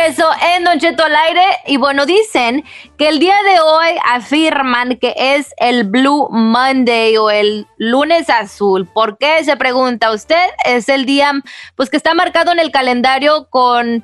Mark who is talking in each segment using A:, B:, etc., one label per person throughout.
A: en Don Cheto al aire y bueno, dicen que el día de hoy afirman que es el Blue Monday o el lunes azul. ¿Por qué? Se pregunta usted. Es el día pues que está marcado en el calendario con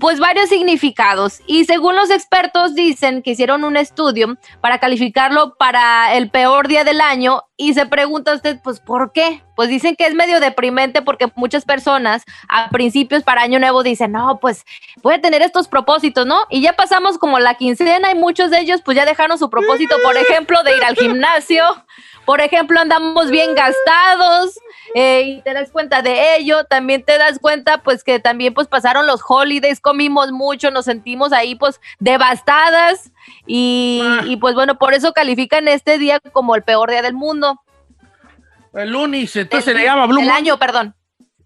A: pues varios significados y según los expertos dicen que hicieron un estudio para calificarlo para el peor día del año y se pregunta usted pues ¿por qué? Pues dicen que es medio deprimente porque muchas personas a principios para año nuevo dicen no pues voy a tener estos propósitos ¿no? Y ya pasamos como la quincena y muchos de ellos pues ya dejaron su propósito por ejemplo de ir al gimnasio por ejemplo, andamos bien gastados eh, y te das cuenta de ello. También te das cuenta, pues, que también, pues, pasaron los holidays, comimos mucho, nos sentimos ahí, pues, devastadas. Y, ah. y pues, bueno, por eso califican este día como el peor día del mundo.
B: El lunes, entonces el, se le llama Blue
A: El Monday. año, perdón.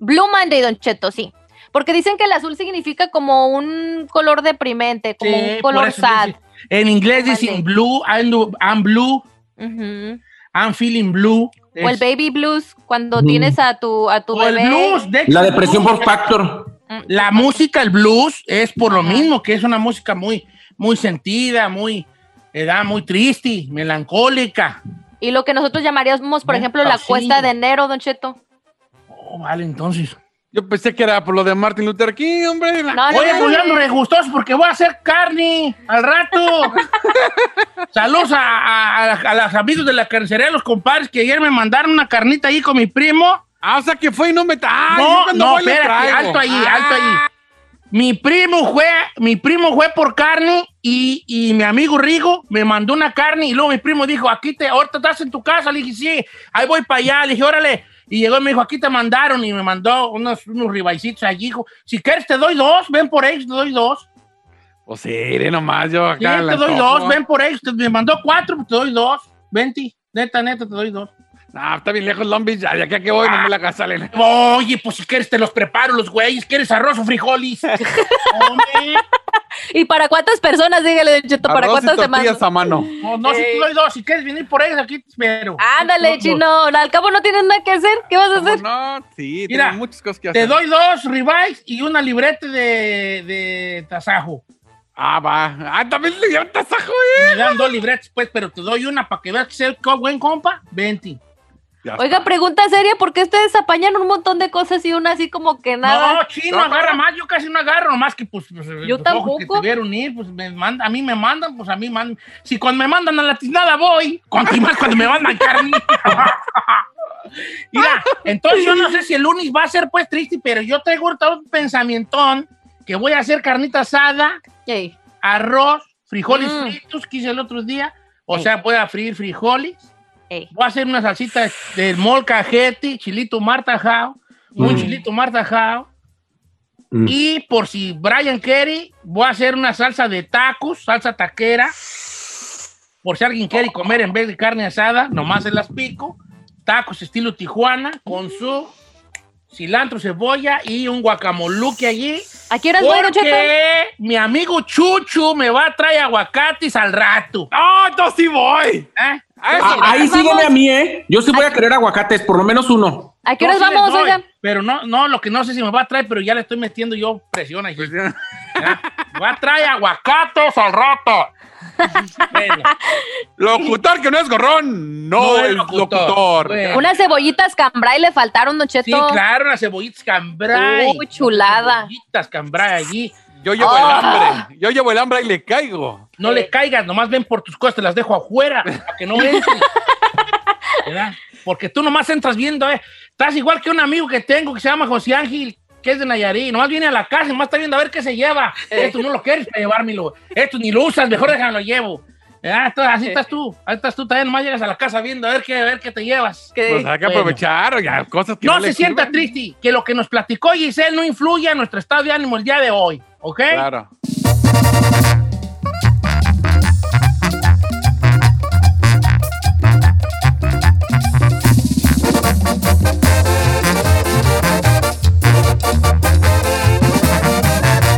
A: Blue Monday, Don Cheto, sí. Porque dicen que el azul significa como un color deprimente, como sí, un color sad. Dice,
B: en inglés dicen blue, I'm, I'm blue. Uh -huh. I'm feeling blue.
A: O el baby blues, cuando blue. tienes a tu, a tu o bebé.
B: El blues, de
C: la depresión blues. por factor.
B: La música, el blues, es por lo mismo, que es una música muy, muy sentida, muy, edad muy triste, melancólica.
A: Y lo que nosotros llamaríamos, por no, ejemplo, la cuesta de enero, Don Cheto.
B: Oh, vale, entonces.
D: Yo pensé que era por lo de Martin Luther King, hombre.
B: La... No, Oye, no, pues no, gustoso porque voy a hacer carne al rato. Saludos a, a, a, los amigos de la carnicería, los compadres que ayer me mandaron una carnita ahí con mi primo.
D: Ah, o sea que fue y no me... Ah,
B: no, no, espérate, alto ahí, ah. alto ahí. Mi primo fue, mi primo fue por carne y, y, mi amigo Rigo me mandó una carne y luego mi primo dijo, aquí te, ahorita estás en tu casa. Le dije, sí, ahí voy para allá. Le dije, órale, y llegó y me dijo, aquí te mandaron y me mandó unos, unos ribaicitos allí. Dijo, si quieres te doy dos, ven por ellos, te doy dos.
D: O sea, pues iré nomás yo acá.
B: Sí, te doy antojo. dos, ven por ellos. Te, me mandó cuatro, pues te doy dos. Venti, neta, neta, te doy dos.
D: No, Ah, está bien lejos Long Beach, ya que aquí voy, ah, no me la casa, Elena.
B: Oye, pues si quieres te los preparo los güeyes, ¿quieres arroz o frijoles?
A: ¿Y para cuántas personas? Dígale, Don Cheto, ¿para cuántas semanas?
D: a mano.
B: No, no, eh. si tú doy dos, si quieres venir por ellos, aquí te espero.
A: Ándale, chino, no, no. al cabo no tienes nada que hacer, ¿qué vas a hacer?
D: No, sí, Mira, tengo muchas cosas que
B: te
D: hacer.
B: Te doy dos ribeyes y una libreta de, de tasajo.
D: Ah, va. Ah, también le eh. dieron tasajo,
B: Me dan dos libretas, pues, pero te doy una para que veas que sea buen compa, 20.
A: Ya Oiga, está. pregunta seria, ¿por qué ustedes apañan un montón de cosas y una así como que nada?
B: No, chino, no, agarra para... más, yo casi no agarro, más que pues, pues
A: yo
B: pues,
A: tampoco.
B: que tuvieron ir, pues me manda, a mí me mandan, pues a mí mandan. Si cuando me mandan a la tiznada voy, cuanto más cuando me mandan carne. Mira, entonces yo no sé si el lunes va a ser pues triste, pero yo traigo ahorita un pensamientón que voy a hacer carnita asada,
A: Yay.
B: arroz, frijoles mm. fritos que hice el otro día, o Ey. sea, voy a freír frijoles. Voy a hacer una salsita de molcajete, chilito martajao, mm. un chilito martajao. Mm. Y por si Brian Kerry, voy a hacer una salsa de tacos, salsa taquera. Por si alguien quiere comer en vez de carne asada, nomás se las pico. Tacos estilo Tijuana con su cilantro, cebolla y un guacamoluque allí.
A: ¿A qué horas bueno, Checo?
B: mi amigo Chuchu me va a traer aguacates al rato.
D: ¡Ah, ¡Oh, yo sí voy!
C: ¿Eh? Ah, ahí sígueme a mí, ¿eh? Yo sí voy a, a querer aguacates, por lo menos uno.
A: ¿A qué horas no, vamos,
B: doy,
A: oiga?
B: Pero no, no, lo que no sé si me va a traer, pero ya le estoy metiendo yo presión ahí. me va a traer aguacates al rato.
D: bueno. Locutor que no es gorrón, no, no es locutor. locutor.
A: Bueno. Unas cebollitas cambray le faltaron, Nocheto.
B: Sí, claro, unas cebollitas cambray.
A: Muy chulada.
B: Cebollitas cambray allí.
D: Yo
B: Ah.
D: llevo oh. el hambre. Yo llevo el hambre y le caigo.
B: No le caigas, nomás ven por tus cosas, te las dejo afuera para que no entres. ¿Verdad? Porque tú nomás entras viendo, eh. Estás igual que un amigo que tengo que se llama José Ángel, que es de Nayarit. Nomás viene a la casa y nomás está viendo a ver qué se lleva.
D: Eh.
B: Esto no lo quieres para llevármelo. Esto ni lo usas, mejor déjalo llevo. Ah, entonces,
D: Eh.
B: así estás tú, así estás tú también, nomás llegas a la casa viendo a ver qué, a ver qué te llevas.
D: Pues hay que bueno. aprovechar, ya, cosas que
B: no, no se sienta triste, que lo que nos platicó Giselle no influye a nuestro estado de ánimo el día de hoy, ¿ok?
D: Claro.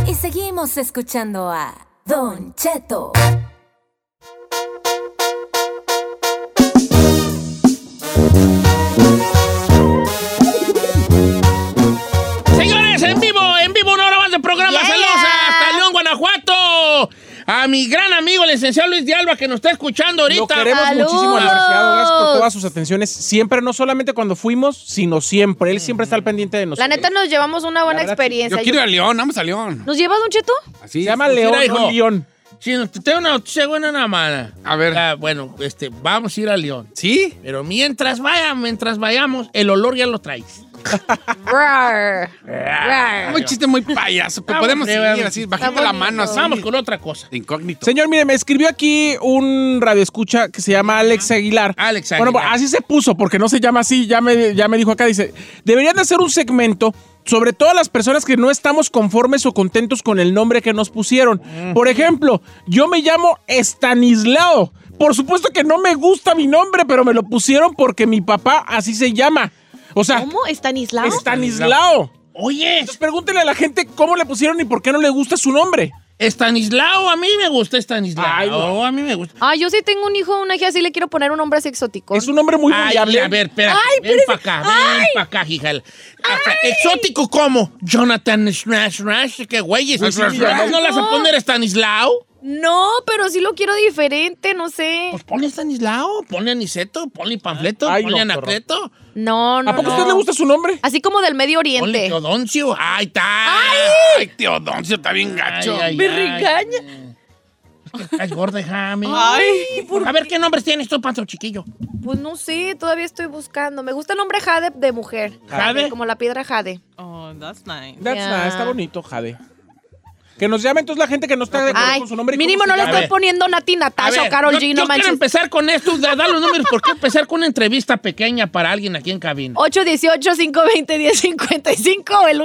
E: Y seguimos escuchando a Don Cheto.
B: Señores, en vivo, en vivo, una hora más de programa. Yeah. Saludos hasta León, Guanajuato. a mi gran amigo, el licenciado Luis de Alba, que nos está escuchando ahorita.
F: Lo queremos
A: ¡Salud!
F: muchísimo, licenciado. Gracias por todas sus atenciones. Siempre, no solamente cuando fuimos, sino siempre. Él siempre está al pendiente de
G: La
F: nosotros.
G: neta nos llevamos una buena
F: La verdad,
G: experiencia.
D: Yo quiero ir a León, vamos a León.
G: ¿Nos llevas, Don Cheto?
D: Así.
F: Se llama
B: pues,
F: León,
B: mira,
F: no
B: hijo.
F: León.
B: Sí, no, te tengo una noticia buena nada más.
D: A ver.
B: Ah, bueno, este, vamos a ir a León.
D: ¿Sí?
B: Pero mientras vaya, mientras vayamos, el olor ya lo traes.
G: Rar. Rar.
D: Muy chiste, muy payaso. Pero
B: Vamos,
D: podemos
B: sí,
D: seguir
B: vamos.
D: así, bajando la mano así.
B: Vamos con otra cosa.
D: De incógnito.
F: Señor, mire, me escribió aquí un radioescucha que se llama Alex Aguilar.
B: Alex
F: Bueno, pues,
B: Aguilar.
F: así se puso, porque no se llama así, ya me, ya me dijo acá, dice, deberían de hacer un segmento sobre todas las personas que no estamos conformes o contentos con el nombre que nos pusieron. Por ejemplo, yo me llamo Estanislao. Por supuesto que no me gusta mi nombre, pero me lo pusieron porque mi papá así se llama. O sea,
G: ¿Cómo? ¿Estanislao?
F: Estanislao.
B: Oye,
F: Entonces pregúntenle a la gente cómo le pusieron y por qué no le gusta su nombre.
B: Estanislao, a mí me gusta Estanislao.
F: Ay, no.
B: a mí me gusta.
G: Ah, yo sí tengo un hijo, una hija, sí le quiero poner un hombre así exótico.
F: Es un nombre muy
B: Ay,
F: variable.
B: a ver, espérate.
G: Ay,
B: ven
G: espérese.
B: para acá, ven para acá, hija. Hasta Exótico como Jonathan Smash Smash, qué güeyes.
D: Smash, Smash, Smash.
B: Pues ¿No las a poner Estanislao?
G: No, pero sí lo quiero diferente, no sé.
B: Pues ponle a Estanislao, ponle a Niceto, ponle panfleto,
F: Ay,
B: ponle a
F: no, qué horror.
B: Anacleto,
G: No, no.
F: ¿A poco a
G: no.
F: usted le gusta su nombre?
G: Así como del Medio
B: ponle
G: Oriente.
B: Teodoncio. ¡Ay, está!
D: Ay, tío Doncio, está bien gacho.
B: ay,
G: Me
B: ay,
G: regaña.
B: ay. Estás gorda, Jami.
G: Ay, ¿por
B: A ver, ¿qué nombres tienes tú, Panzo Chiquillo?
G: Pues no sé, todavía estoy buscando. Me gusta el nombre Jade de mujer.
B: ¿Jade?
G: Como la piedra Jade.
H: Oh, that's nice.
F: That's
G: Ya.
F: nice, está bonito, Jade. Que nos llame entonces la gente que no está de acuerdo
G: Ay,
F: con su nombre. y
G: mínimo
F: cómo
G: no
F: se
G: le
B: llama? A
G: estoy
B: ver.
G: poniendo Nati
B: A
G: Natasha
B: ver,
G: o Carol
B: yo-
G: G,
B: yo
G: no
B: quiero
G: manches.
B: empezar con esto, da, da los números. ¿Por qué empezar con una entrevista pequeña para alguien aquí en cabina?
G: 818-520-1055 o el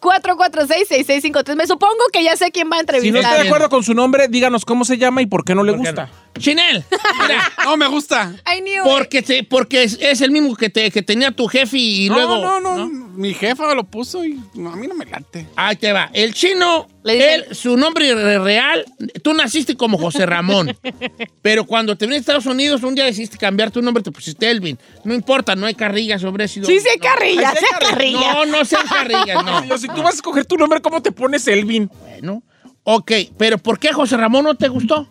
G: 1866-446-6653. Me supongo que ya sé quién va a
F: llama. Si no está
G: entrevistar.
F: de acuerdo con su nombre, díganos cómo se llama y por qué no le gusta.
B: Chinel, mira,
D: No, me gusta.
G: I knew it.
B: porque, te- porque es, es el mismo que, te, que tenía tu jefe y
D: no,
B: luego...
D: no, no, Mi jefa me lo puso y no, a mí no me late.
B: Ahí te va. El chino,
G: Le dicen-
B: él, su nombre re- real, tú naciste como José Ramón. pero cuando te viniste a Estados Unidos, un día decidiste cambiar tu nombre, te pusiste Elvin. No importa, no hay carrillas sobre eso.
G: Sí, sí, hay carrillas,
F: Ay, sí
G: sí
F: hay
G: hay carrillas.
B: No, no sean carrillas, no.
F: Digo, si tú vas a escoger tu nombre, ¿cómo te pones Elvin?
B: Bueno, ok, pero ¿por qué José Ramón no te gustó?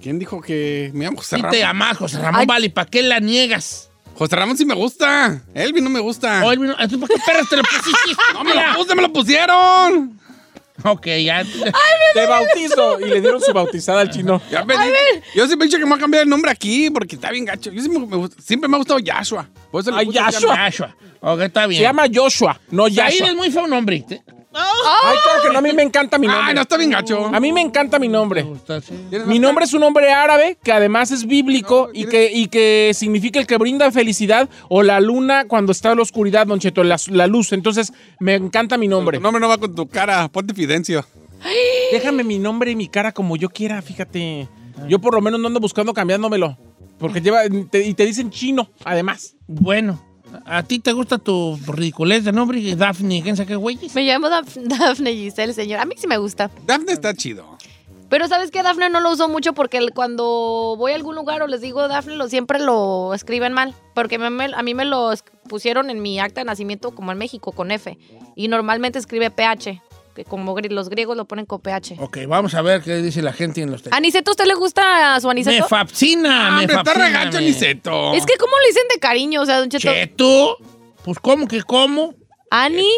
D: ¿Quién dijo que me llamo José
B: Si
D: Ramón?
B: te amás, José Ramón,
G: Ay.
B: vale, ¿para qué la niegas?
D: José Ramón sí me gusta. Elvin no me gusta.
B: O Elvin, ¿tú ¿Para qué perras te lo pusiste?
D: no me lo puse, me lo pusieron.
B: Ok, ya.
F: Te bautizo. Y le dieron su bautizada al chino.
D: Ya me di- Yo siempre he dicho que me voy a cambiar el nombre aquí porque está bien gacho. Yo siempre me, gusta- siempre me ha gustado Yashua. Por eso le
F: Ay,
D: puse
F: Yashua.
B: Joshua. Ok, está bien.
F: Se llama Joshua, no
B: Yair es
F: Yashua.
B: muy feo ¿eh? nombre. ¿te-
F: Ay, claro que no, a mí me encanta mi
D: Yashua. Ay, Ah, no,
F: nombre. Ah,
D: está bien gacho.
F: A mí me encanta mi
D: Eh.
B: ¿Te
F: nombre.
B: gusta? sí?
D: ¿Tienes
F: Mi
D: más
F: nombre es un nombre árabe que además es bíblico
D: No,
F: y
D: tienes-
F: que, y que significa el que brinda felicidad o la luna cuando está la oscuridad, Don Cheto, la, la luz. Entonces, me encanta mi
D: cara?
F: nombre.
D: Tu nombre no va con tu cara. Ponte Fidencio.
F: Déjame mi nombre y mi cara como yo quiera, fíjate. Yo por lo menos no ando buscando cambiándomelo. Porque lleva. te- y te dicen chino, además.
B: Bueno, ¿a a ti te gusta tu ridiculez de nombre? Daphne, ¿quién sabe qué güeyes?
G: Me llamo Daf- Dafne Giselle, señor. A mí sí me gusta.
D: Dafne está chido.
G: Pero ¿sabes qué? Dafne no lo uso mucho porque el- cuando voy a algún lugar o les digo Dafne, lo, siempre lo escriben mal. Porque me- me- a mí me lo es- pusieron en mi acta de nacimiento como en México, con F. Y normalmente escribe PH, que como gri- los griegos lo ponen con PH.
B: Ok, vamos a ver qué dice la gente en los textos.
G: ¿Aniceto usted le gusta a su
B: Me
G: Aniceto?
B: fascina, Ah, me
D: Hombre, está
B: fascina,
D: regacho
B: me-
D: Niceto.
G: Es que ¿cómo le dicen de cariño? O sea, Don Cheto,
B: Cheto. Pues, ¿cómo que cómo?
G: Ani,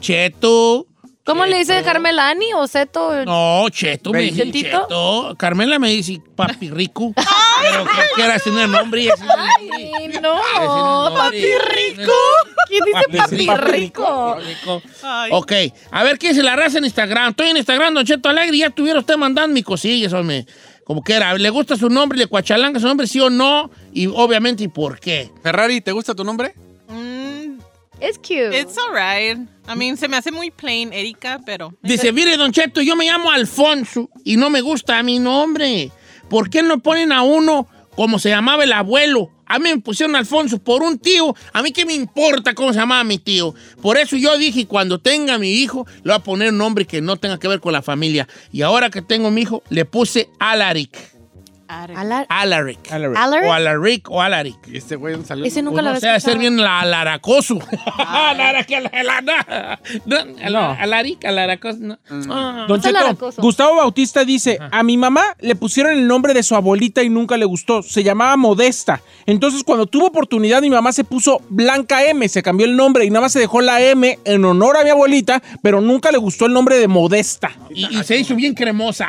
B: Cheto. Cheto.
G: ¿cómo le dice
B: Cheto.
G: Carmela Ani o Zeto?
B: No, Cheto, me dice
G: ¿Chetito?
B: Cheto. Carmela me dice papi rico. pero que quieras tener nombre y ese es el nombre.
G: Ay, no,
B: Oh,
G: papi rico. ¿Quién dice
B: Papi
G: papi,
B: rico.
G: rico?
B: Rico.
H: Ay.
B: Ok, a ver quién se la raza en Instagram. Estoy en Instagram, Don Cheto Alegre, y ya estuviera usted mandando mis cosillas, hombre. Como quiera, ¿le gusta su nombre? ¿Le cuachalanga su nombre? ¿Sí o no? Y obviamente, ¿y por qué?
D: Ferrari, ¿te gusta tu nombre?
H: Mm,
G: Es cute.
H: it's alright. I mean, se me hace muy plain, Erika, pero.
B: Dice, mire, Don Cheto, yo me llamo Alfonso y no me gusta mi nombre. ¿Por qué no ponen a uno como se llamaba el abuelo? A mí me pusieron Alfonso por un tío. A mí qué me importa cómo se llamaba mi tío. Por eso yo dije, cuando tenga mi hijo, le voy a poner un nombre que no tenga que ver con la familia. Y ahora que tengo mi hijo, le puse Alaric.
G: Ala-
B: Alaric.
F: Alaric.
G: Alaric.
B: O Alaric o Alaric.
D: Y este güey salió.
G: Ese nunca
B: Pues
G: lo
B: no
G: había
B: sé, ha de ser
G: escuchado.
B: bien la alaracoso. Alara- que la- la- na- na-
F: No. Mm.
B: ala- Alaric, alaracoso. no. Ah.
F: Don
G: Está
F: Cheto,
G: laracoso.
F: Gustavo Bautista dice, a mi mamá le pusieron el nombre de su abuelita y nunca le gustó, se llamaba Modesta. Entonces cuando tuvo oportunidad mi mamá se puso Blanca M, se cambió el nombre y nada más se dejó la M en honor a mi abuelita, pero nunca le gustó el nombre de Modesta.
B: Y, y se hizo bien cremosa.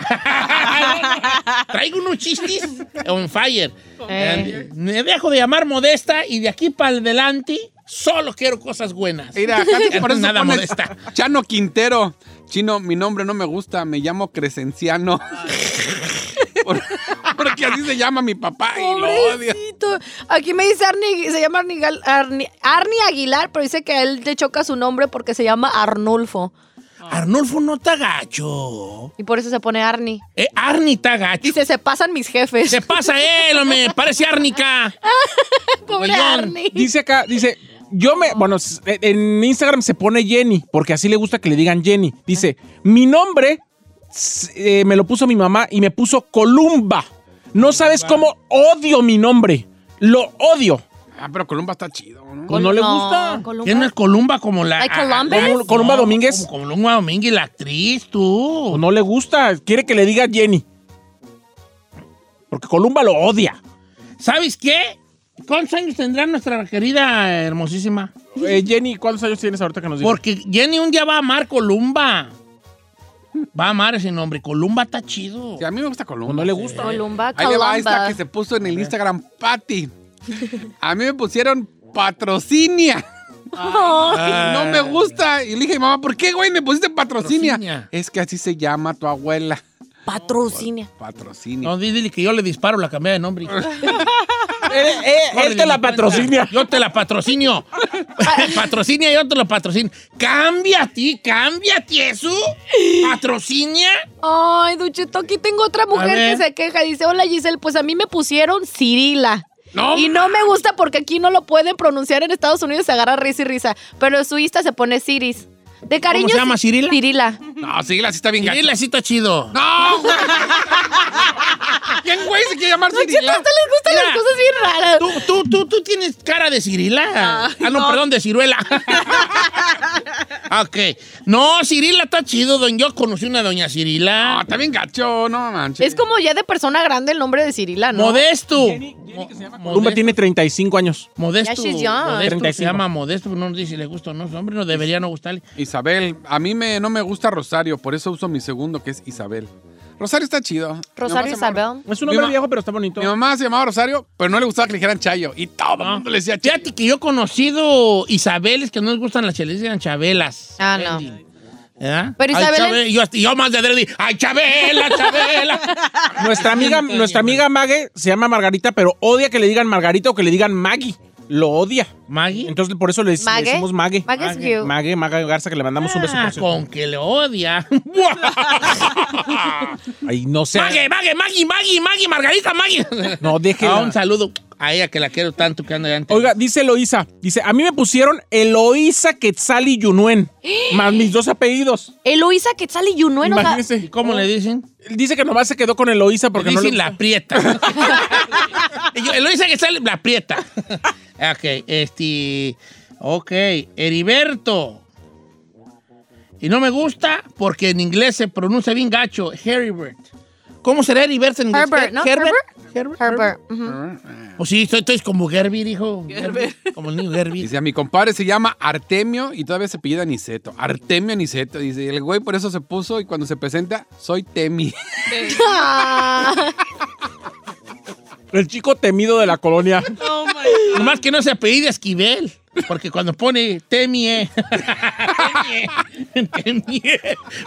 B: Traigo unos chistes on fire.
G: Eh.
B: Me dejo de llamar modesta y de aquí para adelante solo quiero cosas buenas.
D: Mira, casi por eso
B: Nada
D: pones
B: modesta.
D: Chano Quintero. Chino, mi nombre no me gusta, me llamo Crescenciano. Por- Porque así se llama mi papá y lo odia.
G: Pobrecito. Aquí me dice Arnie, se llama Arnie, Gal- Arnie- Arnie Aguilar, pero dice que a él le choca su nombre porque se llama Arnulfo.
B: Arnulfo no está gacho.
G: Y por eso se pone Arnie.
B: Eh, Arni está gacho.
G: Dice, se pasan mis jefes.
B: Se pasa él, me parece árnica.
G: Pobre
B: Guión.
G: Arnie.
F: Dice acá, dice, yo me, bueno, s- e, en Instagram se pone Jenny, porque así le gusta que le digan Jenny. Dice, mi nombre s- eh, me lo puso mi mamá y me puso Columba. No sabes cómo odio mi nombre. Lo odio.
D: Ah, pero Columba está chido, ¿no?
F: Pues no le gusta.
G: Columba.
B: Tiene una columba como la.
G: ¿Hay Columbus?
B: como-
F: Columba Domínguez.
B: como Columba Domínguez, la actriz,
F: O
B: tú.
F: no le gusta. Quiere que le diga Jenny. Porque Columba lo odia.
B: ¿Sabes qué? ¿Cuántos años tendrá nuestra querida hermosísima?
F: Eh, Jenny, ¿cuántos años tienes ahorita que nos digas?
B: Porque Jenny un día va a amar Columba. Va a amar ese nombre. Columba está chido.
D: Sí, a mí me gusta Columba.
F: O no le
D: sí.
F: gusta.
G: Columba,
D: Ahí le va esta
G: Columba.
D: que se puso en el Instagram, Patty. A mí me pusieron patrocinia.
B: Ay.
D: No me gusta. Y le dije, mamá, ¿por qué, güey, me pusiste patrocinia?
B: Patrocinia.
D: Es que así se llama tu abuela.
G: Patrocinia.
D: Patrocinia.
B: No, di- dile que yo le disparo la cambiada de nombre.
F: Él, él-
B: No,
F: él
B: le
F: te
B: di
F: la
B: cuenta.
F: patrocinia.
B: Yo te la patrocinio. patrocinia, yo te lo patrocino. Cambia a ti, cambia a ti eso. Patrocinia.
G: Ay, Duchito, aquí tengo otra mujer
B: ver.
G: que se queja. Dice, hola Giselle, pues a mí me pusieron Cirila.
B: No.
G: Y no me gusta porque aquí no lo pueden pronunciar en Estados Unidos, se agarra risa y risa. Pero en su Insta se pone Ciris. De cariño.
B: se llama,
G: Ci-
B: Cirila?
G: Cirila.
D: No, sí, la sí está bien
B: Y
D: gacha.
B: la cita chido.
D: No, güey. ¿Quién, güey, se quiere llamar
G: Duchito, a
D: Cirila?
G: usted les gustan
B: Mira.
G: las cosas bien raras.
B: Tú, tú, tú, tú tienes cara de Cirila. Ah, no, perdón, de Ciruela. ok. No, Cirila está chido. don- Yo conocí una doña
D: No,
G: Ah,
B: Cirila.
D: está bien gacho, no manches.
G: Es como ya de persona grande el nombre de Cirila, ¿no?
B: Modesto.
F: Columba tiene 35 años.
B: Modesto.
G: Ya she's young.
B: Modesto se
F: 35.
B: llama Modesto, pero no nos dice si le gusta o no. su Hombre, no debería no gustarle.
D: Isabel, a mí me, no me gusta Rosario, por eso uso mi segundo, que es Isabel. Rosario está chido.
G: Rosario
D: Mi mamá se llamaba-
G: Isabel.
F: Es un hombre
D: Mi ma-
F: viejo, pero está bonito.
D: Mi mamá se llamaba Rosario, pero no le gustaba que le dijeran Chayo. Y todo el mundo le decía Chayo.
B: Fíjate que yo he conocido Isabeles que no les gustan las chelas, eran chabelas.
G: Ah, no.
B: ¿Eh?
G: Pero
B: Ay,
G: Isabel-
B: Chabel- yo, hasta- yo más de adrede, ¡ay, Chabela, Chabela!
F: Nuestra amiga,
B: Siento,
F: nuestra
B: Jenny.
F: amiga Mague se llama Margarita, pero odia que le digan Margarita o que le digan Maggie. Lo odia.
B: Maggie.
F: Entonces por eso le le
G: Mague.
F: decimos Mague.
G: Mague es you.
F: Mague, Maga Garza, que le mandamos un beso.
B: Ah,
F: por cierto.
B: con que le odia.
F: Ay, no sé.
B: Maggie, Maggie, Maggie, Maggie, Maggie, Margarita, Maggie.
F: No, déjela.
B: Ah, un saludo a ella que la quiero tanto que anda allá en-
F: Oiga, dice Eloísa, dice, a mí me pusieron Eloísa Quetzal y Yunuen, más mis dos apellidos.
G: Eloisa Quetzal y Yunuen, o sea,
B: ¿Y
F: Imagínese.
B: cómo le dicen?
F: Él Dice que nomás se quedó con Eloísa porque
B: dicen
F: no le...
B: la prieta. Y yo- Lo dice que sale la prieta. ok, este. Ok, Heriberto. Y no me gusta porque en inglés se pronuncia bien gacho. Heribert. ¿Cómo será Heriberto en inglés?
G: Herbert, ¿no?
B: Herbert. Herbert.
G: Herbert. ujú.
B: Pues sí, estoy, estoy como Gerby, dijo. Como el niño Gerby.
D: Dice, a mi compadre se llama Artemio y todavía se pide Niceto. Artemio Niceto. Dice, y el güey por eso se puso y cuando se presenta, soy Temi.
G: Ah,
F: El chico temido de la colonia.
H: Oh, my God.
B: Nomás que no se apellida Esquivel. Porque cuando pone Temie, Temie, Temie,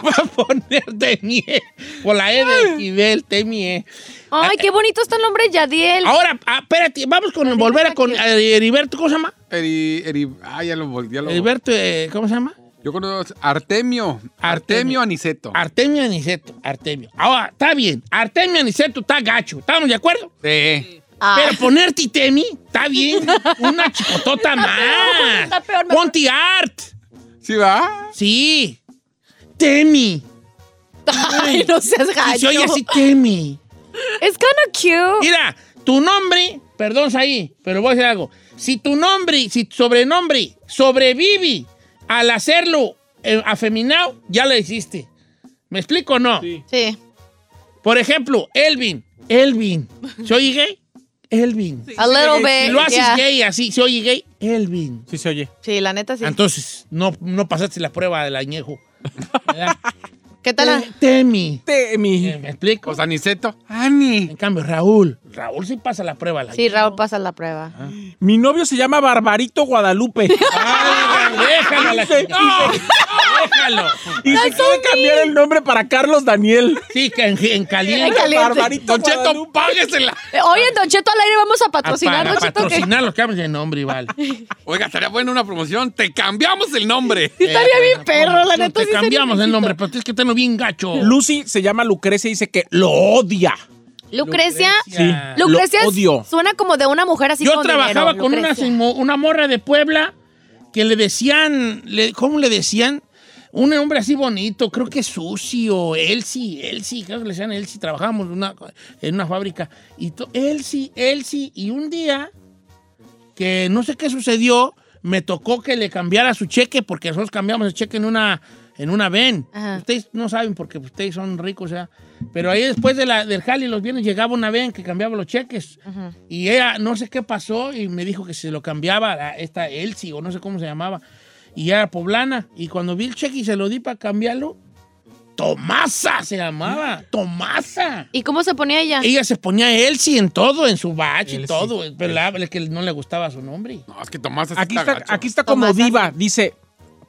B: va a poner Temie. Por la E de Esquivel, Temie.
G: Ay, qué bonito está el nombre Yadiel.
B: Ahora, ah, espérate, vamos con volver a con a Heriberto, ¿cómo se llama?
D: Eri, Eri- ah, ya lo vol- ya lo-
B: Heriberto, eh, ¿cómo se llama?
D: Yo conozco Artemio.
B: Artemio. Ah.
D: Artemio Aniceto.
B: Artemio Aniceto, Artemio. Ahora, está bien, Artemio Aniceto está gacho, ¿estamos de acuerdo?
D: Sí.
G: Ah.
B: Pero ponerte Temi, está bien, una chicotota más.
G: está peor, mejor.
B: Ponte Art,
D: ¿Sí va?
B: sí. Temi.
G: Ay, no seas
B: Y
G: gacho.
B: se oye así, Temi.
G: Es kinda cute.
B: Mira, tu nombre, perdón ahí, pero voy a decir algo. Si tu nombre, si tu sobrenombre sobrevive al hacerlo eh, afeminado, ya lo hiciste. ¿Me explico o no?
G: Sí.
B: Por ejemplo, Elvin. Elvin. ¿Se oye gay? Elvin.
G: A little
B: Si
G: bit.
B: lo haces
G: yeah.
B: gay así, ¿se oye gay? Elvin.
F: Sí, se oye.
G: Sí, la neta sí.
B: Entonces, no, no pasaste la prueba del añejo. ¿verdad?
G: ¿Qué tal? la-
B: Te- Temi.
F: Temi.
B: Eh, ¿Me explico?
D: O sea, Niceto. Pues Ani.
B: En cambio, Raúl. Raúl sí pasa la prueba del
G: Sí, Raúl pasa la prueba.
F: Mi novio se llama Barbarito Guadalupe.
B: Ah, déjalo, la
F: Dice-
B: chingada. Déjalo.
F: y se quiere cambiar el nombre para Carlos Daniel.
B: Sí, que en, en caliente.
G: En caliente.
F: Barbarito
D: Don Cheto,
F: Guadalupe.
D: páguesela.
G: Eh, Oye, Don Cheto al aire vamos a
B: Ah,
G: patrocinar,
B: Para
G: Don Cheto. que-
B: patrocinar los cambios de nombre, vale.
D: Oiga, estaría buena una promoción. Te cambiamos el nombre. Eh,
G: Estaría bien perro, la neta.
B: Te
G: sí sería
B: cambiamos el
G: necesito.
B: nombre, pero tienes que tenerlo bien gacho.
F: Lucy se llama Lucrecia y dice que lo odia.
G: Lucrecia.
F: Sí. Lu-
G: Lucrecia
F: Lo odio.
G: suena como de una mujer así
B: Yo
G: con
B: trabajaba
G: dinero,
B: con una,
G: Lucrecia.
B: simo- una morra de Puebla que le decían, le- ¿cómo le decían? Un hombre así bonito, creo que Susi o Elsie, Elsie, creo que le decían Elsie, trabajábamos en una, en una fábrica. Y to- Elsie, Elsie, y un día que no sé qué sucedió, me tocó que le cambiara su cheque, porque nosotros cambiamos el cheque en una, en una VEN.
G: Ajá.
B: Ustedes no saben porque ustedes son ricos, o sea. Pero ahí después de la, del Jali los viernes llegaba una VEN que cambiaba los cheques. Y ella, no sé qué pasó, y me dijo que se lo cambiaba a esta Elsie, o no sé cómo se llamaba. Y era poblana. Y cuando vi el cheque y se lo di para cambiarlo, Tomasa se llamaba. Tomasa.
G: ¿Y cómo se ponía ella?
B: Ella se ponía Elsie en todo, en su batch y todo, pero la, es que no le gustaba su nombre.
D: No, es que Tomás
F: Aquí está, aquí está como
G: Tomás,
F: diva. Dice,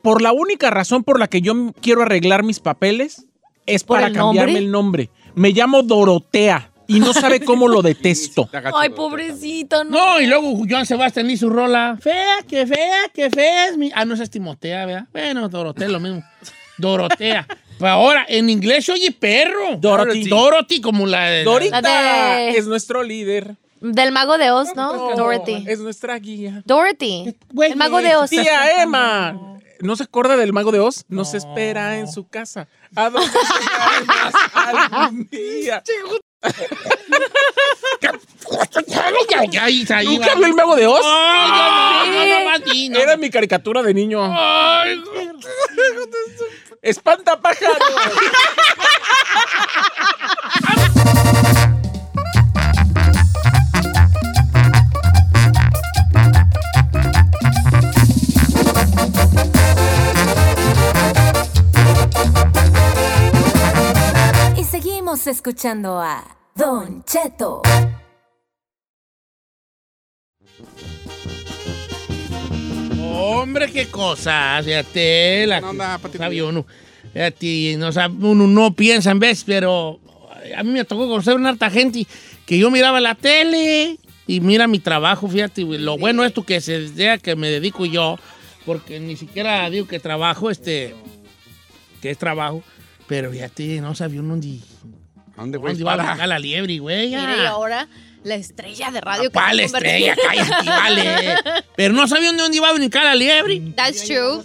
F: por la única razón por la que yo m- quiero arreglar mis papeles es
G: ¿Por
F: para
G: el
F: cambiarme
G: nombre?
F: el nombre. Me llamo Dorotea y no sabe cómo lo detesto.
G: Ay, pobrecita, no.
B: No, y luego Joan Sebastián hizo su rola. Fea, que fea, que fea es mi. Ah, no, esa es Timotea, ¿verdad? Bueno, Dorotea es lo mismo. Dorotea. Pero ahora, en inglés se oye perro.
F: Dorothy.
B: Dorothy, como la de.
F: Dorita
G: La de-
F: es nuestro líder.
G: Del mago de Oz, ¿no? Dorothy.
F: Es nuestra guía.
G: Dorothy.
B: Eh, Güey,
G: El mago de Oz.
F: Tía Emma. ¿No se acuerda del mago de Oz? No se espera en su casa. ¿A dónde llegaremos algún día?
B: Ay, ya, ahí, ahí
F: ¿Nunca
B: va.
F: vio el mago de Oz?
B: Ay, no, no, no, no, más di, no.
F: Era mi caricatura de niño.
B: Ay,
F: ¡Espanta pájaro!
E: Y seguimos escuchando a Don Cheto.
B: Hombre, qué cosa. Fíjate, la.
D: No, no, Pati,
B: Sabio uno. Fíjate, no sab- uno no piensa en vez, pero a mí me tocó conocer una harta gente que yo miraba la tele y mira mi trabajo, fíjate, güey. lo bueno es tú que se sea que me dedico yo, porque ni siquiera digo que trabajo, este, que es trabajo, pero fíjate, no sabía uno ni
D: ¿A dónde
B: dónde
D: voy?
B: iba a
D: Para.
B: buscar la liebre, güey. ya.
G: Mira, y ahora la estrella de radio. que
B: ¿Cuál
G: se convirtió-
B: estrella? Cállate, vale. Pero no sabía dónde iba a brincar la liebre.
G: That's true.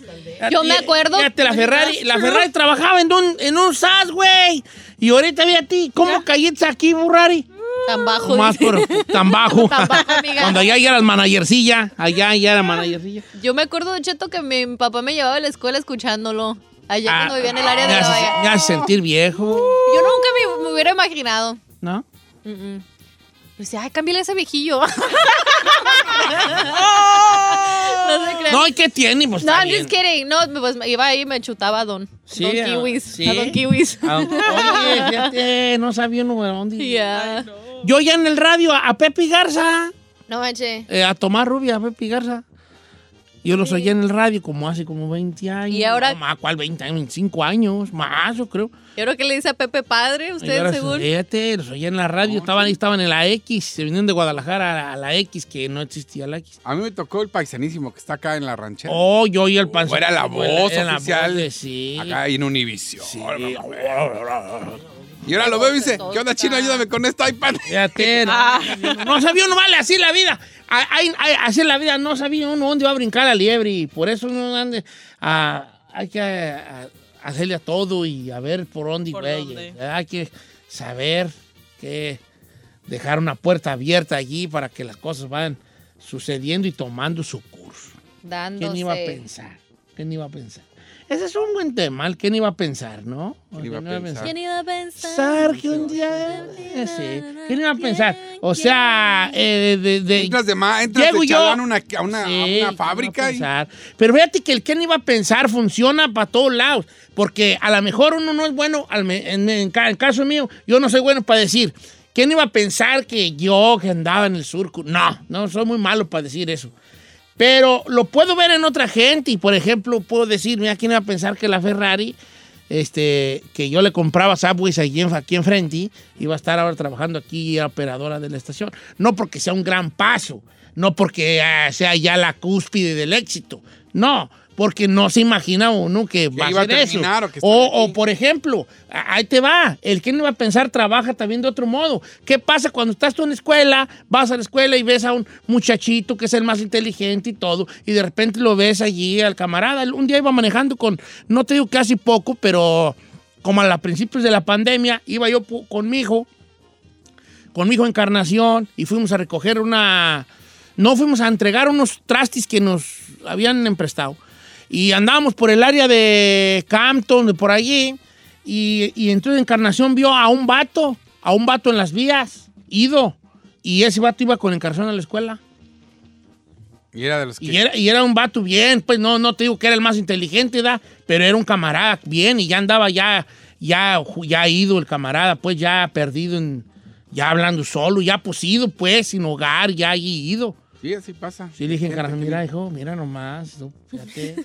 G: Yo me acuerdo.
B: Fíjate, la Ferrari, la Ferrari trabajaba en un, en un SAS, güey. Y ahorita vi a ti. ¿Cómo caíste aquí, Burrari?
G: Tan bajo.
B: Más
G: dice.
B: por tan bajo.
G: Tan bajo, amiga.
B: Cuando allá ya eras managercilla. Allá ya era managercilla.
G: Yo me acuerdo, Don Cheto, que mi papá me llevaba a la escuela escuchándolo. Allá
B: Ah,
G: cuando vivía en el área de
B: me
G: la
B: hace-
G: bahía.
B: Me hace sentir viejo,
G: Yo nunca me, me hubiera imaginado.
B: ¿no?
G: Mm, mm. Dice, ay, cámbiale ese viejillo. no se crean.
B: No, ¿y qué tiene? Pues
G: No,
B: está
G: I'm
B: bien.
G: just kidding. No, pues me iba ahí y me chutaba a Don.
B: Sí,
G: don
B: a-
G: Kiwis.
B: sí.
G: A Don Kiwis.
B: Ah, Oye, fíjate, no sabía uno de dónde. ir.
G: Yeah.
B: Yo ya en el radio a, a Pepe Garza.
G: No manches.
B: eh, a tomar rubia, a Pepe Garza. Yo los oía en el radio como hace como 20 años.
G: ¿Y ahora?
B: No, más, ¿Cuál 20 años? 25 años, más yo creo.
G: Yo creo que le dice a Pepe Padre,
B: Y ahora Eh,
G: usted según.
B: fíjate, los oía en la radio, estaban ahí, estaban en la X, se vinieron de Guadalajara a la, a la X, que no existía la X.
D: A mí me tocó el paisanísimo que está acá en la ranchera.
B: Oh, yo oía el panzón.
D: Fuera la voz
B: Era
D: oficial.
B: de- sí. Oh,
D: Acá en Univision.
B: Sí.
D: Y ahora lo veo y dice, ¿qué onda, chino? Ayúdame con este iPad.
B: Fíjate, no, no sabía uno, vale, así la vida. Ay, ay, ay, así la vida, no sabía uno dónde iba a brincar la liebre y por eso uno ande a- hay que a- a- hacerle a todo y a ver por dónde,
H: Por
B: güey.
H: dónde.
B: Hay que saber qué dejar una puerta abierta allí para que las cosas vayan sucediendo y tomando su curso.
G: Dándose.
B: ¿Quién iba a pensar? ¿Quién iba a pensar? Ese es un buen tema, el quién iba a pensar, ¿no?
D: ¿Quién iba a pensar?
G: ¿Quién iba a pensar?
B: pensar que un día... Eh, Sí. ¿Quién iba a pensar? O sea, eh, de- de-
D: Entras de más, entras
B: Llego
D: de
B: yo.
D: chalán a una, a una, a
B: Sí,
D: una
B: ¿quién iba a
D: fábrica y
B: pensar? Pero fíjate que el quién iba a pensar funciona para todos lados, porque a lo mejor uno no es bueno, al me- en, en ca- en caso mío, yo no soy bueno para decir, ¿quién iba a pensar que yo que andaba en el surco? No, no, soy muy malo para decir eso. Pero lo puedo ver en otra gente y, por ejemplo, puedo decir, mira, ¿quién iba a pensar que la Ferrari, este, que yo le compraba Subways aquí, en- aquí enfrente, iba a estar ahora trabajando aquí y era operadora de la estación? No porque sea un gran paso, no porque ah, sea ya la cúspide del éxito, no. Porque no se imagina uno que va a
D: iba a
B: hacer eso.
D: terminar o que está
B: O, o,
D: aquí.
B: por ejemplo, a- ahí te va. El que no iba a pensar trabaja también de otro modo. ¿Qué pasa cuando estás tú en la escuela? Vas a la escuela y ves a un muchachito que es el más inteligente y todo, y de repente lo ves allí al camarada. Un día iba manejando con, no te digo casi poco, pero como a los principios de la pandemia, iba yo pu- con mi hijo, con mi hijo Encarnación, y fuimos a recoger una. No fuimos a entregar unos trastis que nos habían emprestado. Y andábamos por el área de Campton, de por allí. Y, y entonces Encarnación vio a un vato, a un vato en las vías, ido. Y ese vato iba con Encarnación a la escuela.
D: y era de los que...
B: Y era, y era un vato bien, pues no, no te digo que era el más inteligente, ¿da? pero era un camarada bien y ya andaba ya, ya, ju- ya ido el camarada, pues ya perdido, en, ya hablando solo, ya posido, pues, sin hogar, ya ido.
D: Sí, así pasa.
B: Sí, le dije,
D: Gente
B: "Carajo,
D: que-
B: mira, hijo, mira nomás, tú, fíjate,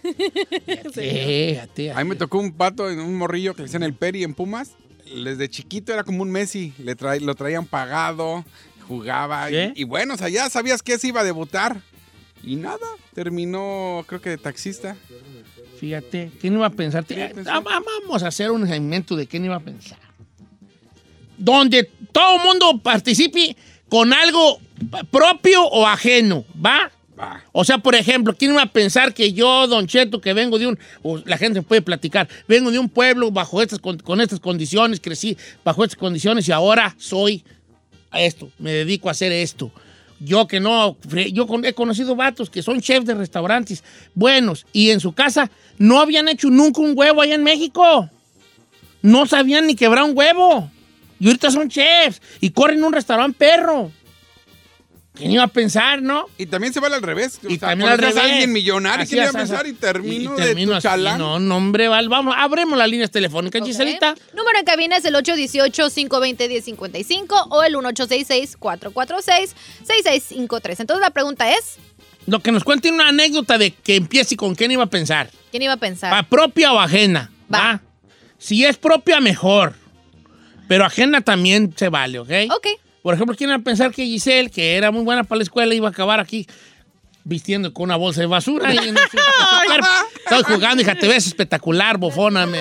B: fíjate, fíjate,
D: A mí me tocó un pato en un morrillo que le decían el Peri en Pumas. Desde chiquito era como un Messi, le trae- lo traían pagado, jugaba.
B: ¿Sí?
D: Y, y bueno, o sea, ya sabías que se iba a debutar. Y nada, terminó, creo que de taxista.
B: fíjate, ¿quién iba a pensar?
D: iba a
B: Eh,
D: pensar?
B: va- Vamos a hacer un segmento de quién iba a pensar. Donde todo el mundo participe con algo pa- propio o ajeno, ¿va?
D: Va.
B: O sea, por ejemplo, ¿quién iba a pensar que yo, Don Cheto, que vengo de un. o la gente puede platicar, vengo de un pueblo bajo estas, con, con estas condiciones, crecí bajo estas condiciones y ahora soy a esto, me dedico a hacer esto. Yo que no, fre- yo con- he conocido vatos que son chefs de restaurantes buenos y en su casa no habían hecho nunca un huevo allá en México. No sabían ni quebrar un huevo. Y ahorita son chefs y corren un restaurante perro. ¿Quién iba a pensar, no?
D: Y también se vale al revés.
B: Y también al
D: conoces a
B: revés.
D: alguien millonario
B: Así
D: que iba a
B: es,
D: pensar
B: así.
D: y termino,
B: termino
D: de tu
B: así.
D: chalán.
B: No, no, hombre, Val, vamos, abremos las líneas telefónicas,
G: Ok.
B: Giselita.
G: Número en cabina es el 818-520-1055 o el 1866-446-6653. Entonces la pregunta es,
B: Lo que nos cuente una anécdota de que empiece y con quién iba a pensar.
G: ¿quién iba a pensar?
B: ¿Va propia o ajena?
G: Va.
B: ¿Va? Si es propia, mejor. Pero ajena también se vale, ¿ok?
G: Ok.
B: Por ejemplo, ¿quién iba a pensar que Giselle, que era muy buena para la escuela, iba a acabar aquí vistiendo con una bolsa de basura y en su- en su cuerpo? Estoy jugando, hija, te ves espectacular, bofona, me.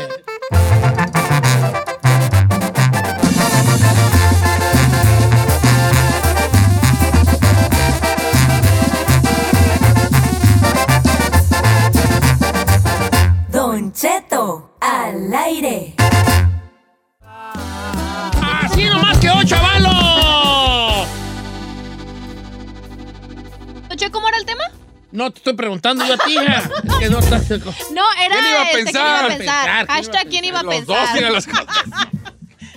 E: Don Cheto al aire.
B: ¡Así nomás quedó, chavalo!
G: Don Che, ¿cómo era el tema?
B: No, te estoy preguntando yo a ti, hija. Es que no estás...
G: No, era
D: ¿Quién iba a
G: este,
D: pensar?
G: ¿quién iba a pensar?
B: ¿Quién iba a
G: Hashtag ¿quién iba a
D: Los
G: pensar?
D: dos, mira, los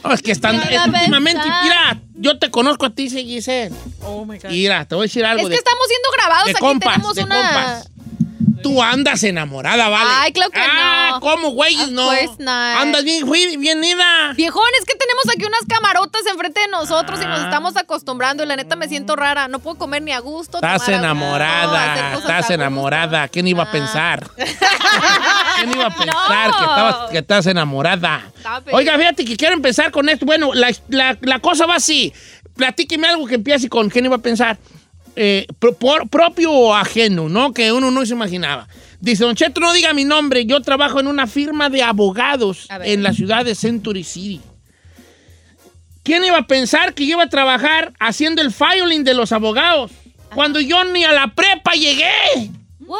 B: No, es que están...
G: Iba a
B: últimamente,
G: pensar.
B: mira, yo te conozco a ti, Giselle.
H: Oh my God.
B: Mira, te voy a decir algo
G: Es que
B: de,
G: estamos siendo grabados,
B: de
G: aquí
B: compas,
G: tenemos
B: de
G: una...
B: compas. Tú andas enamorada, ¿vale?
G: Ay, claro que
B: ah,
G: no.
B: ¿cómo, güey?
G: Of
B: No.
G: course not.
B: Andas bien, güey, bien ida.
G: Viejón, es que tenemos aquí unas camarotas enfrente de nosotros y nos
B: Ah.
G: estamos acostumbrando. Y la neta me siento rara. No puedo comer ni a gusto.
B: Estás
G: tomar agua, hacer
B: enamorada,
G: cosas a
B: estás
G: gusto.
B: enamorada. ¿Quién iba a
G: Ah.
B: pensar? ¿Quién iba a pensar que, estabas- que estás enamorada?
G: Estaba feliz.
B: Oiga, Ah, fíjate que quiero empezar con esto. Bueno, la, la- la cosa va así. Platíqueme algo que empiece con quién iba a pensar. Eh, pro- por- propio o ajeno, ¿no? Que uno no se imaginaba. Dice, Don Cheto, no diga mi nombre. Yo trabajo en una firma de abogados
G: A ver.
B: en la ciudad de Century City. ¿Quién iba a pensar que yo iba a trabajar haciendo el filing de los abogados? Cuando yo ni a la prepa llegué.
G: What?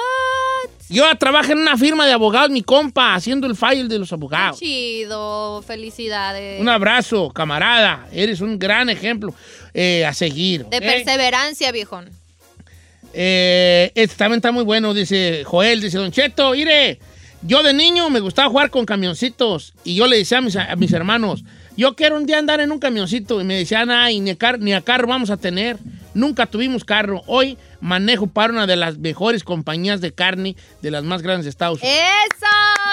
B: Yo trabajo en una firma de abogados, mi compa, haciendo el file de los abogados.
G: Chido, felicidades.
B: Un abrazo, camarada. Eres un gran ejemplo eh, a seguir.
G: De
B: ¿ok?
G: perseverancia, viejón.
B: Eh, este también está muy bueno, dice Joel, dice Don Cheto, mire, yo de niño me gustaba jugar con camioncitos y yo le decía a mis, a mis hermanos, yo quiero un día andar en un camioncito y me decían, ay, ni a, car- ni a carro vamos a tener, nunca tuvimos carro, hoy manejo para una de las mejores compañías de carne de las más grandes de Estados Unidos.
G: ¡Eso,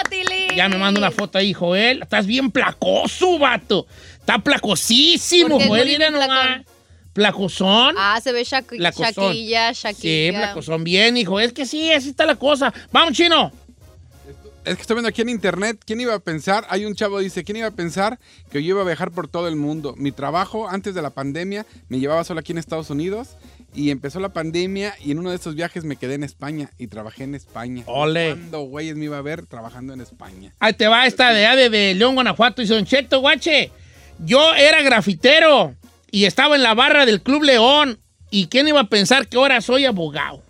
G: Tili!
B: Ya me manda una foto ahí, Joel. Estás bien placoso, vato. Está placosísimo,
G: ¿Por qué
B: Joel.
G: Guri
B: Mira
G: es placón?
B: nomás. Placosón.
G: Ah, se ve Shaqu-
B: Placozón.
G: Shaquilla,
B: Sí,
G: Shaquilla.
B: placosón. Bien, hijo. Es que sí, así está la cosa. Vamos, chino.
D: Es que estoy viendo aquí en internet, ¿quién iba a pensar? Hay un chavo dice, ¿quién iba a pensar que yo iba a viajar por todo el mundo? Mi trabajo antes de la pandemia me llevaba solo aquí en Estados Unidos y empezó la pandemia y en uno de esos viajes me quedé en España y trabajé en España.
B: Ole.
D: ¿Cuándo, güeyes, me iba a ver trabajando en España?
B: Ahí te va esta de Ade de León, Guanajuato. Dice Don Cheto, guache. Yo era grafitero y estaba en la barra del Club León. ¿Y quién iba a pensar que ahora soy abogado?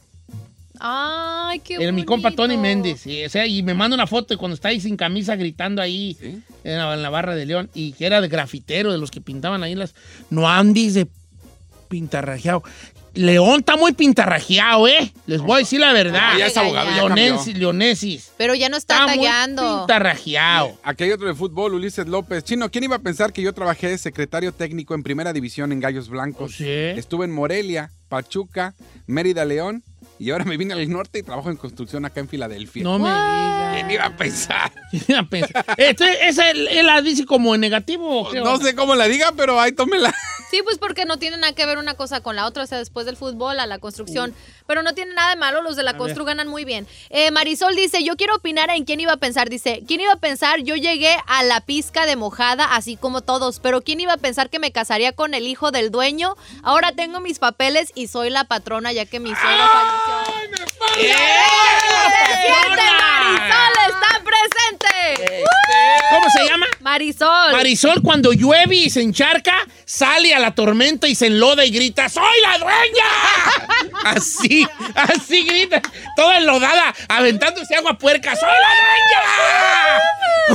G: Ay, qué
B: El, mi compa
G: bonito.
B: Tony Méndez. sí, o sea, y me manda una foto y cuando está ahí sin camisa gritando ahí
D: ¿Sí?
B: en, la, en la barra de León. Y que era de grafitero, de los que pintaban ahí las. No andes de pintarrajeado. León está muy pintarrajeado, ¿eh? Les voy a decir la verdad.
D: Ah, ya es abogado, ya cambió.
B: Leonensis, Leonesis.
G: Pero ya no está,
B: Está muy
G: tallando.
B: pintarrajeado.
D: Aquí hay otro de fútbol, Ulises López. Chino, ¿quién iba a pensar que yo trabajé de secretario técnico en primera división en Gallos Blancos?
B: Oh, sí.
D: Estuve en Morelia, Pachuca, Mérida, León y ahora me vine al norte y trabajo en construcción acá en Filadelfia.
B: No me
D: ¿Quién iba a pensar?
B: digas. Pensar. Este- esa él, él la dice como en negativo. ¿o qué
D: No
B: onda?
D: sé cómo la diga, pero ahí tómela.
G: Sí, pues porque no tiene nada que ver una cosa con la otra, o sea, después del fútbol a la construcción. Pero no tiene nada de malo, los de la constru ganan muy bien. Eh, Marisol dice, yo quiero opinar en quién iba a pensar. Dice, ¿quién iba a pensar? Yo llegué a la pizca de mojada, así como todos, pero ¿quién iba a pensar que me casaría con el hijo del dueño? Ahora tengo mis papeles y soy la patrona ya que mi suegra falleció.
B: ¡Eh!
G: ¡Se siente
B: ¡Patrona!
G: Marisol! ¡Está
B: Eh.
G: presente!
B: ¿Cómo se llama?
G: Marisol.
B: Marisol cuando llueve y se encharca, sale a la tormenta y se enloda y grita, ¡Soy la dueña! Así, así grita, toda enlodada, aventándose agua puerca, ¡Soy la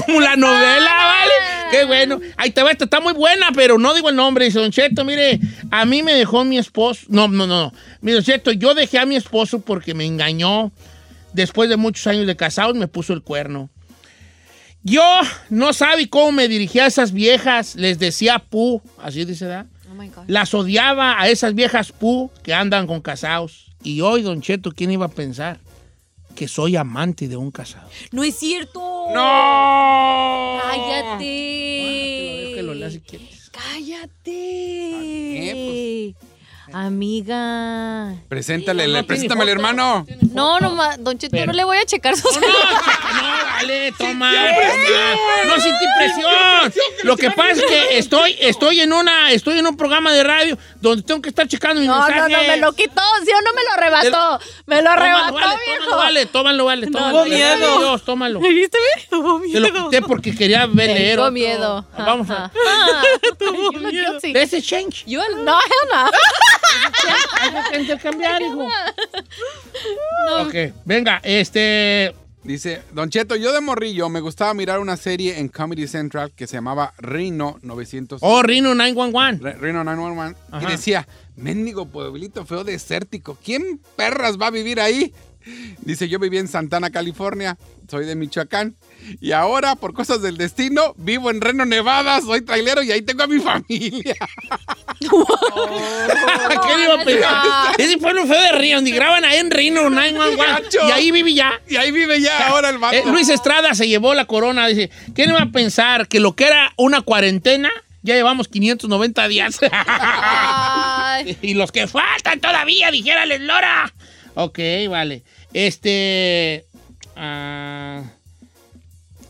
B: dueña! Como la novela, ¿vale? Qué bueno. Ahí te va, esta está muy buena, pero no digo el nombre. Dice, Don Cheto, mire, a mí me dejó mi esposo. No, no, no. Mire, Don Cheto, yo dejé a mi esposo porque me engañó. Después de muchos años de casados, me puso el cuerno. Yo no sabía cómo me dirigía a esas viejas, les decía pu, así dice, ¿verdad?
G: Oh my God.
B: Las odiaba a esas viejas pu que andan con casados. Y hoy, don Cheto, ¿quién iba a pensar que soy amante de un casado?
G: No es cierto.
B: ¡No!
G: Cállate.
B: Que lo lea si quieres.
G: Cállate. Amiga.
D: Preséntale, le-
B: no,
D: preséntamele,
B: tiene foto.
D: hermano.
G: No, no, ma- Don Cheto,
B: Pero-
G: no le voy a checar sus.
B: No, no, no, dale, toma. toma. No sentí presión. Lo que pasa es que estoy, estoy en una, estoy en un programa de radio donde tengo que estar checando mis
G: No, no,
B: mensajes.
G: no, me lo quitó. Sí o no me lo arrebató. Me lo arrebató,
B: Tómalo, vale,
G: viejo.
B: tómalo, vale, tómalo, vale, tómalo.
H: hubo
B: Gracias a
H: miedo.
B: Dios, tómalo.
H: ¿Viste? Tuvo
B: Te lo
H: miedo.
B: quité porque quería ver leer.
G: Tengo
B: otro.
G: miedo.
B: Vamos a.
G: Ajá. Ah, you look
H: miedo.
G: guilty.
B: De ese change.
G: You are- no, hell no. Ah.
B: Hay que intercambiar, hijo.
G: No.
B: Ok, venga, este.
D: Dice, Don Cheto, yo de morrillo me gustaba mirar una serie en Comedy Central que se llamaba Rino 900.
B: Oh, Rino 911.
D: Re- Reno 911.
B: Ajá.
D: Y decía, mendigo pueblito feo desértico, ¿quién perras va a vivir ahí? Dice, yo viví en Santana, California, soy de Michoacán. Y ahora, por cosas del destino, vivo en Reno, Nevada, soy trailero y ahí tengo a mi familia.
H: Oh,
B: ¿Qué le iba a pensar? Ese pueblo fue de Río, donde graban ahí en Rino 911.
D: Gacho.
B: Y ahí vive ya.
D: Y ahí vive ya ahora el vato.
B: Eh, Luis Estrada se llevó la corona. Dice: ¿Quién iba a pensar que lo que era una cuarentena, ya llevamos 590 días?
G: Ay.
B: Y los que faltan todavía, dijera la Lora. Ok, vale. Este. ah,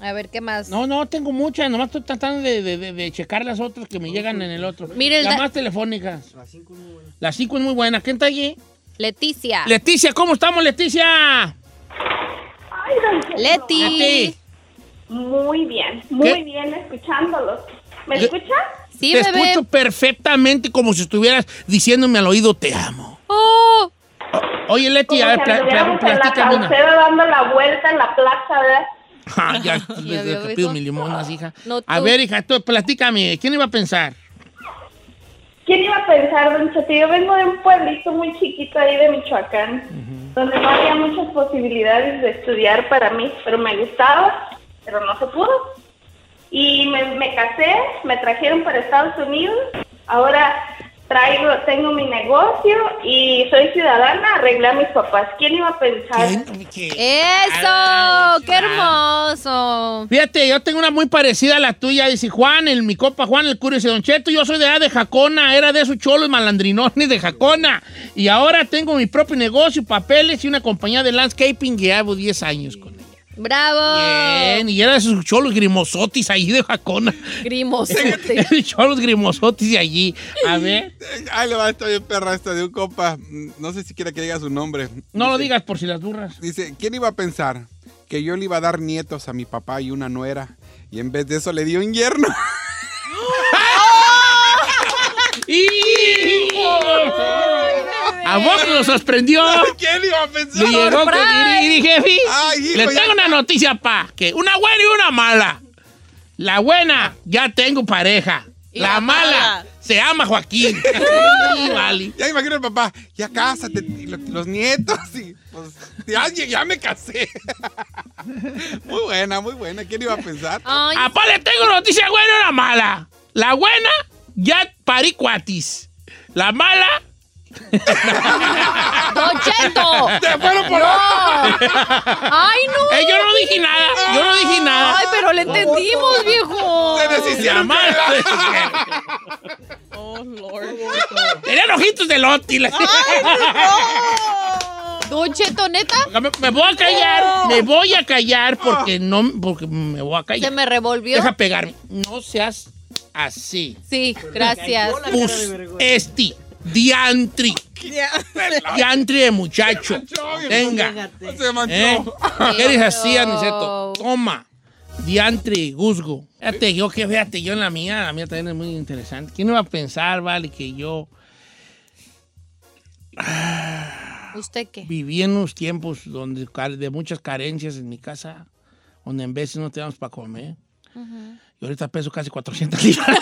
G: A ver, ¿qué más?
B: no, no, tengo muchas. Nomás estoy tratando de, de- de- de checar las otras que me llegan en el otro.
G: Mire, el da-
B: las más telefónicas. La 5 es muy buena. La 5 es muy buena. ¿Quién está allí?
G: Leticia.
B: Leticia, ¿cómo estamos, Leticia?
G: Leti.
B: Leti.
I: Muy bien, muy
B: ¿Qué?
I: bien escuchándolos. ¿Me
B: Yo-
I: escuchan?
G: Sí,
B: Te
G: bebé.
B: escucho perfectamente como si estuvieras diciéndome al oído, te amo.
G: Oh,
B: Oye, Leti, a ver,
I: Como si
B: Ah, pla- pla-
I: anduviéramos en la
B: platícame una.
I: caucera dando la vuelta en la plaza, ¿verdad?
B: Ah, ya, desde
G: había
B: que pido
G: visto.
B: mi limonas, hija.
G: No,
B: A
G: tú.
B: ver, hija, tú platícame, ¿quién iba a pensar?
I: ¿Quién iba a pensar, Don Cheto? Yo vengo de un pueblito muy chiquito ahí de Michoacán, donde no había muchas posibilidades de estudiar para mí, pero me gustaba, pero no se pudo. Y me, me casé, me trajeron para Estados Unidos, ahora traigo, tengo mi negocio y soy ciudadana, arreglé a mis papás. ¿Quién iba a pensar?
G: ¡Eso! ¡Qué hermoso!
B: Fíjate, yo tengo una muy parecida a la tuya. Dice Juan, el, mi copa Juan, el curio. Dice Don Cheto, yo soy de edad de Jacona. Era de esos cholos malandrinones de Jacona. Y ahora tengo mi propio negocio, papeles y una compañía de landscaping. que Llevo 10 años con ella.
G: ¡Bravo!
B: Bien, y era de esos cholos grimosotis ahí de Jacona.
G: Grimosote.
B: cholos grimosotis de allí. A ver,
D: Ahí le va, está bien perra esta de un compa. No sé siquiera que diga su nombre.
B: no lo
D: Dice-
B: digas por si las burras.
D: Dice, ¿quién iba a pensar que yo le iba a dar nietos a mi papá y una nuera? Y en vez de eso le dio un yerno.
B: ¡Y! ¡A vos lo sorprendió!
D: ¿Quién iba a
B: Le
D: pensar?
B: llegó con y dije, "Fi,
D: Ay, hijo,
B: le
D: ya-
B: tengo una noticia, pa, que una buena y una mala. La buena, ya tengo pareja.
H: Y
B: la
H: la
B: mala,
H: mala.
B: se ama Joaquín. Y vale.
D: Ya imagino el papá, ya cásate, y lo- los nietos, y pues, ya, ya me casé. muy buena, muy buena. ¿Quién iba a pensar?
G: Ay,
B: Apá, le tengo noticia buena y una mala. La buena, ya parí cuatis. La mala,
G: Don Cheto.
D: ¡Te fueron por
G: ¡Ay, no!
B: eh, yo no dije nada, yo no dije nada.
G: ¡Ay, pero le entendimos, viejo!
D: Se
B: La
D: deshicieron.
B: mala.
H: Oh, Lord.
B: Tenían ojitos de Lotti. la-
G: Don Cheto, neta,
B: Me, me voy a callar, me voy a callar porque
D: Ah.
B: no, porque me voy a
G: se
B: callar.
G: me revolvió.
B: Deja pegarme. No seas así.
G: Sí, gracias.
B: Pus, esti, diantri, diantri de muchacho. Venga.
D: Se manchó.
B: ¿eh? ¿Qué eres así,
G: Dios.
B: Aniceto? Toma. Diantri, guzgo. Fíjate, yo que fíjate, yo en la mía, la mía también es muy interesante. ¿Quién iba a pensar, vale, que yo
G: ¿Usted qué?
B: viví en unos tiempos donde car- de muchas carencias en mi casa, donde en veces no teníamos para comer. Y ahorita peso casi 400 libras.